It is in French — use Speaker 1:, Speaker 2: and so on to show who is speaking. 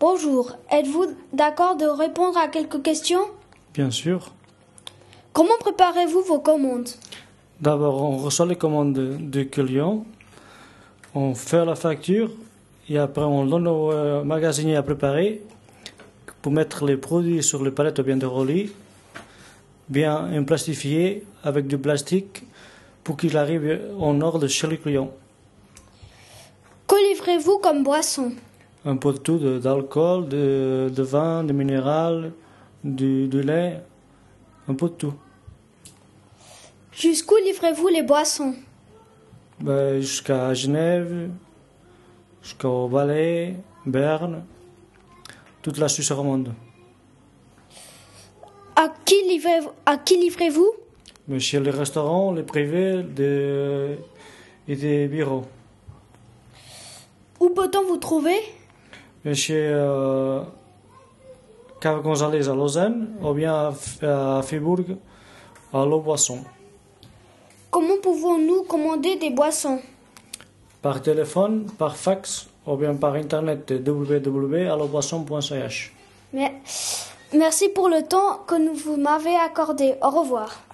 Speaker 1: Bonjour, êtes-vous d'accord de répondre à quelques questions
Speaker 2: Bien sûr.
Speaker 1: Comment préparez-vous vos commandes
Speaker 2: D'abord, on reçoit les commandes de- du client, on fait la facture et après on donne au euh, magasinier à préparer pour mettre les produits sur les palettes ou bien de relis, bien plastifié avec du plastique pour qu'il arrive en ordre chez le client.
Speaker 1: Que livrez-vous comme boisson
Speaker 2: Un peu de tout, de- d'alcool, de, de vin, de minéral, du, du lait, un peu de tout.
Speaker 1: Jusqu'où livrez-vous les boissons
Speaker 2: Ben, jusqu'à Genève, jusqu'au Valais, Berne, toute la Suisse romande.
Speaker 1: À qui livrez- à qui livrez-vous
Speaker 2: Mais chez les restaurants, les privés des- et des bureaux.
Speaker 1: Où peut-on vous trouver
Speaker 2: Et chez euh, Cave Gonzalez à Lausanne, ou bien à, F- à Fribourg, à L'Eau-Boisson.
Speaker 1: Comment pouvons-nous commander des boissons
Speaker 2: Par téléphone, par fax, ou bien par internet www.alloboisson.ch.
Speaker 1: Mais- Merci pour le temps que nous- vous m'avez accordé. Au revoir.